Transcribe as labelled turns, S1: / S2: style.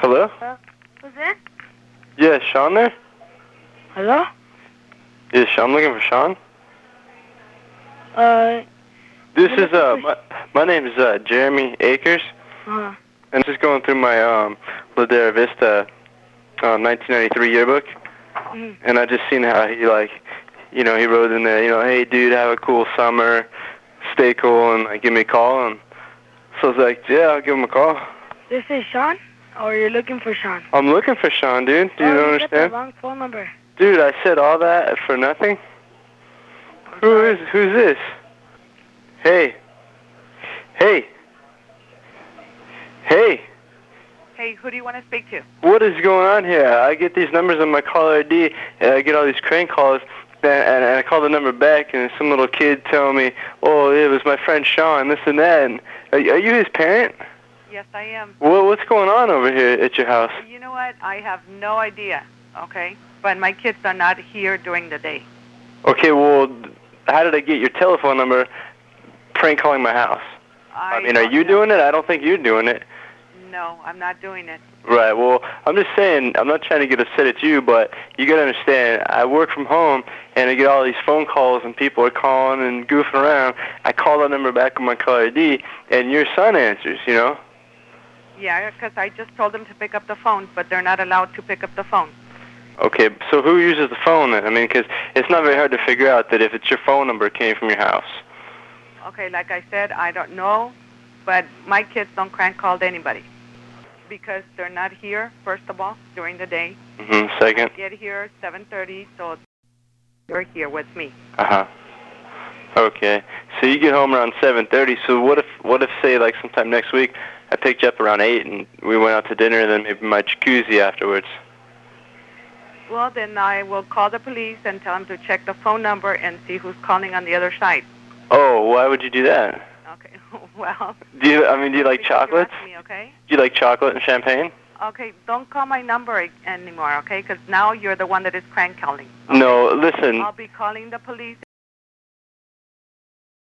S1: Hello?
S2: Uh, Who's this?
S1: Yeah, is Sean there?
S2: Hello?
S1: Yeah, Sean. I'm looking for Sean.
S2: Uh,
S1: This is uh, my, my name is uh, Jeremy Akers,
S2: uh,
S1: and just going through my um, Ladera Vista uh, 1993 yearbook,
S2: mm,
S1: and I just seen how he like, you know, he wrote in there, you know, hey dude, have a cool summer, stay cool, and like give me a call, and so I was like, yeah, I'll give him a call.
S2: this is Sean, or you're looking for Sean?
S1: I'm looking for Sean, dude. Do you don't
S2: oh, you got the
S1: understand?
S2: wrong phone number.
S1: Dude, I said all that for nothing. Who is who's this? Hey. Hey. Hey.
S3: Hey, who do you want to speak to?
S1: What is going on here? I get these numbers on my caller ID, and I get all these crank calls, and, and, and I call the number back, and some little kid telling me, "Oh, it was my friend Sean, this and that." And are, are you his parent?
S3: Yes, I am.
S1: What, what's going on over here at your house?
S3: You know what? I have no idea, okay? But my kids are not here during the day.
S1: Okay, well, how did I get your telephone number? Prank calling my house. I mean, are
S3: don't
S1: you
S3: know.
S1: doing it? I don't think you're doing it.
S3: No, I'm not doing it.
S1: Right. Well, I'm just saying. I'm not trying to get upset at you, but you gotta understand. I work from home, and I get all these phone calls, and people are calling and goofing around. I call the number back on my caller ID, and your son answers. You know.
S3: Yeah, because I just told them to pick up the phone, but they're not allowed to pick up the phone.
S1: Okay. So who uses the phone then? I mean, 'cause it's not very hard to figure out that if it's your phone number, it came from your house.
S3: Okay, like I said, I don't know, but my kids don't crank call anybody because they're not here, first of all, during the day.
S1: Mm-hmm. Second.
S3: Get here 7.30, so they're here with me.
S1: Uh huh. Okay. So you get home around 7:30. So what if what if say like sometime next week, I picked you up around eight, and we went out to dinner, and then maybe my jacuzzi afterwards.
S3: Well, then I will call the police and tell them to check the phone number and see who's calling on the other side.
S1: Oh, why would you do that?
S3: Okay. Well.
S1: Do you? I mean, do you like
S3: because you
S1: chocolates?
S3: asked me, okay.
S1: Do you like chocolate and champagne?
S3: Okay. Don't call my number a- anymore, okay? Because now you're the one that is crank calling.
S1: No. Listen.
S3: I'll be calling the police